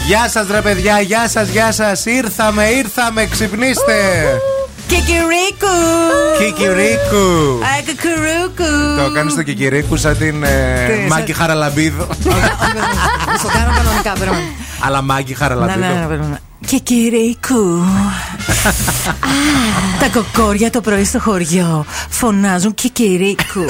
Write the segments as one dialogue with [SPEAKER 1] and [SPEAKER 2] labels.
[SPEAKER 1] Γεια σας, ρε παιδιά, γεια σας, γεια σας. Ήρθαμε, ήρθαμε, ξυπνήστε.
[SPEAKER 2] Κικυρίκου!
[SPEAKER 1] Κικυρίκου.
[SPEAKER 2] Ε, Ακουκουρούκου!
[SPEAKER 1] Το κάνεις το κικυρίκου σαν την ε,
[SPEAKER 2] Τι, σαν-
[SPEAKER 1] Μάκη Χαραλαμπίδου.
[SPEAKER 2] Θα στο κάνω κανονικά, περίμενε.
[SPEAKER 1] Αλλά Μάκη
[SPEAKER 2] Ναι, ναι, ναι,
[SPEAKER 1] Χαραλαμπίδου.
[SPEAKER 2] περίμενε. Κικυρίκου! Τα κοκόρια το πρωί στο χωριό φωνάζουν κικυρίκου.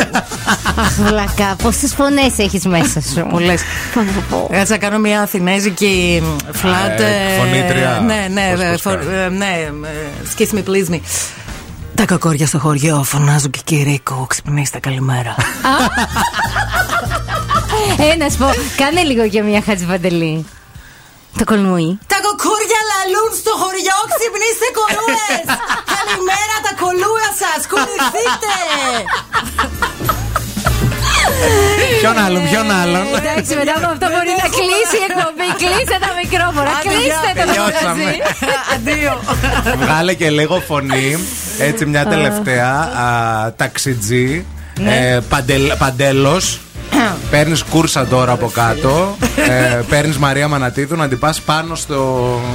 [SPEAKER 3] Αχ, βλακά, πόσε φωνές έχεις μέσα σου.
[SPEAKER 2] Μου λες.
[SPEAKER 3] Πω, πω, πω.
[SPEAKER 2] Έτσι θα κάνω μια αθηνέζικη φλάτ.
[SPEAKER 1] Α,
[SPEAKER 2] ε,
[SPEAKER 1] εκφωνήτρια.
[SPEAKER 2] Ναι, ναι,
[SPEAKER 1] Πώς,
[SPEAKER 2] ε,
[SPEAKER 1] πώς
[SPEAKER 2] φω-
[SPEAKER 1] κάνει.
[SPEAKER 2] ε, ναι. ε, Kiss me, please me. Τα κοκόρια στο χωριό φωνάζουν κικυρίκου. Ξυπνήστε, καλημέρα.
[SPEAKER 3] Ε, να σου πω, κάνε λίγο για μια χατζιβαντελή. Το κολμούι.
[SPEAKER 2] Τα κοκούρια λαλούν στο χωριό, ξυπνήστε κολούες! Καλημέρα τα κολούα σας, κουνηθείτε!
[SPEAKER 1] Ποιον άλλον, ποιον άλλον.
[SPEAKER 3] Ε, Εντάξει, μετά από αυτό μπορεί να κλείσει η εκπομπή. Κλείστε τα μικρόφωνα.
[SPEAKER 2] Άντε,
[SPEAKER 3] Κλείστε
[SPEAKER 2] γεια,
[SPEAKER 3] τα
[SPEAKER 1] τελειώσαμε.
[SPEAKER 3] μικρόφωνα.
[SPEAKER 2] Αντίο!
[SPEAKER 1] Βγάλε και λίγο φωνή. Έτσι, μια τελευταία. α, ταξιτζή. Ε, Παντέλος. Παίρνεις κούρσα τώρα από κάτω. ε, Παίρνεις Μαρία Μανατίδου να την πας πάνω στο.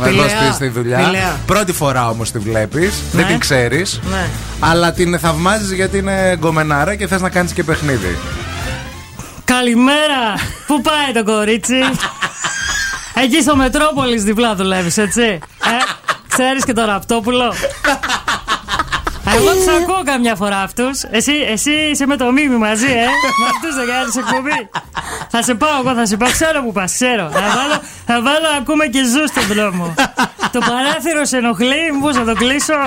[SPEAKER 1] εδώ
[SPEAKER 2] Πηλαία.
[SPEAKER 1] στη, στη δουλειά.
[SPEAKER 2] Πηλαία.
[SPEAKER 1] Πρώτη φορά όμως τη βλέπεις. Δεν την ξέρεις.
[SPEAKER 2] Ναι.
[SPEAKER 1] Αλλά την θαυμάζεις γιατί είναι γκομενάρα και θες να κάνεις και παιχνίδι.
[SPEAKER 4] Καλημέρα! Πού πάει το κορίτσι? Εκεί στο Μετρόπολης διπλά δουλεύεις, έτσι. Ε, ξέρεις και το ραπτόπουλο. Εγώ τους ακούω καμιά φορά αυτούς. Εσύ, εσύ είσαι με το μίμη μαζί, ε. Με αυτούς δεν κάνεις εκπομπή. Θα σε πάω εγώ, θα σε πάω. Ξέρω που πας, ξέρω. Θα βάλω, θα βάλω ακούμε και ζού στον δρόμο. το παράθυρο σε ενοχλεί, μήπως θα το κλείσω.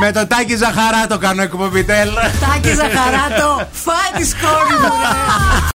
[SPEAKER 1] Με το τάκι ζαχαρά το κάνω εκπομπή τέλος.
[SPEAKER 2] Τάκι Ζαχαράτο, φάει τη σκόνη μου, ρε.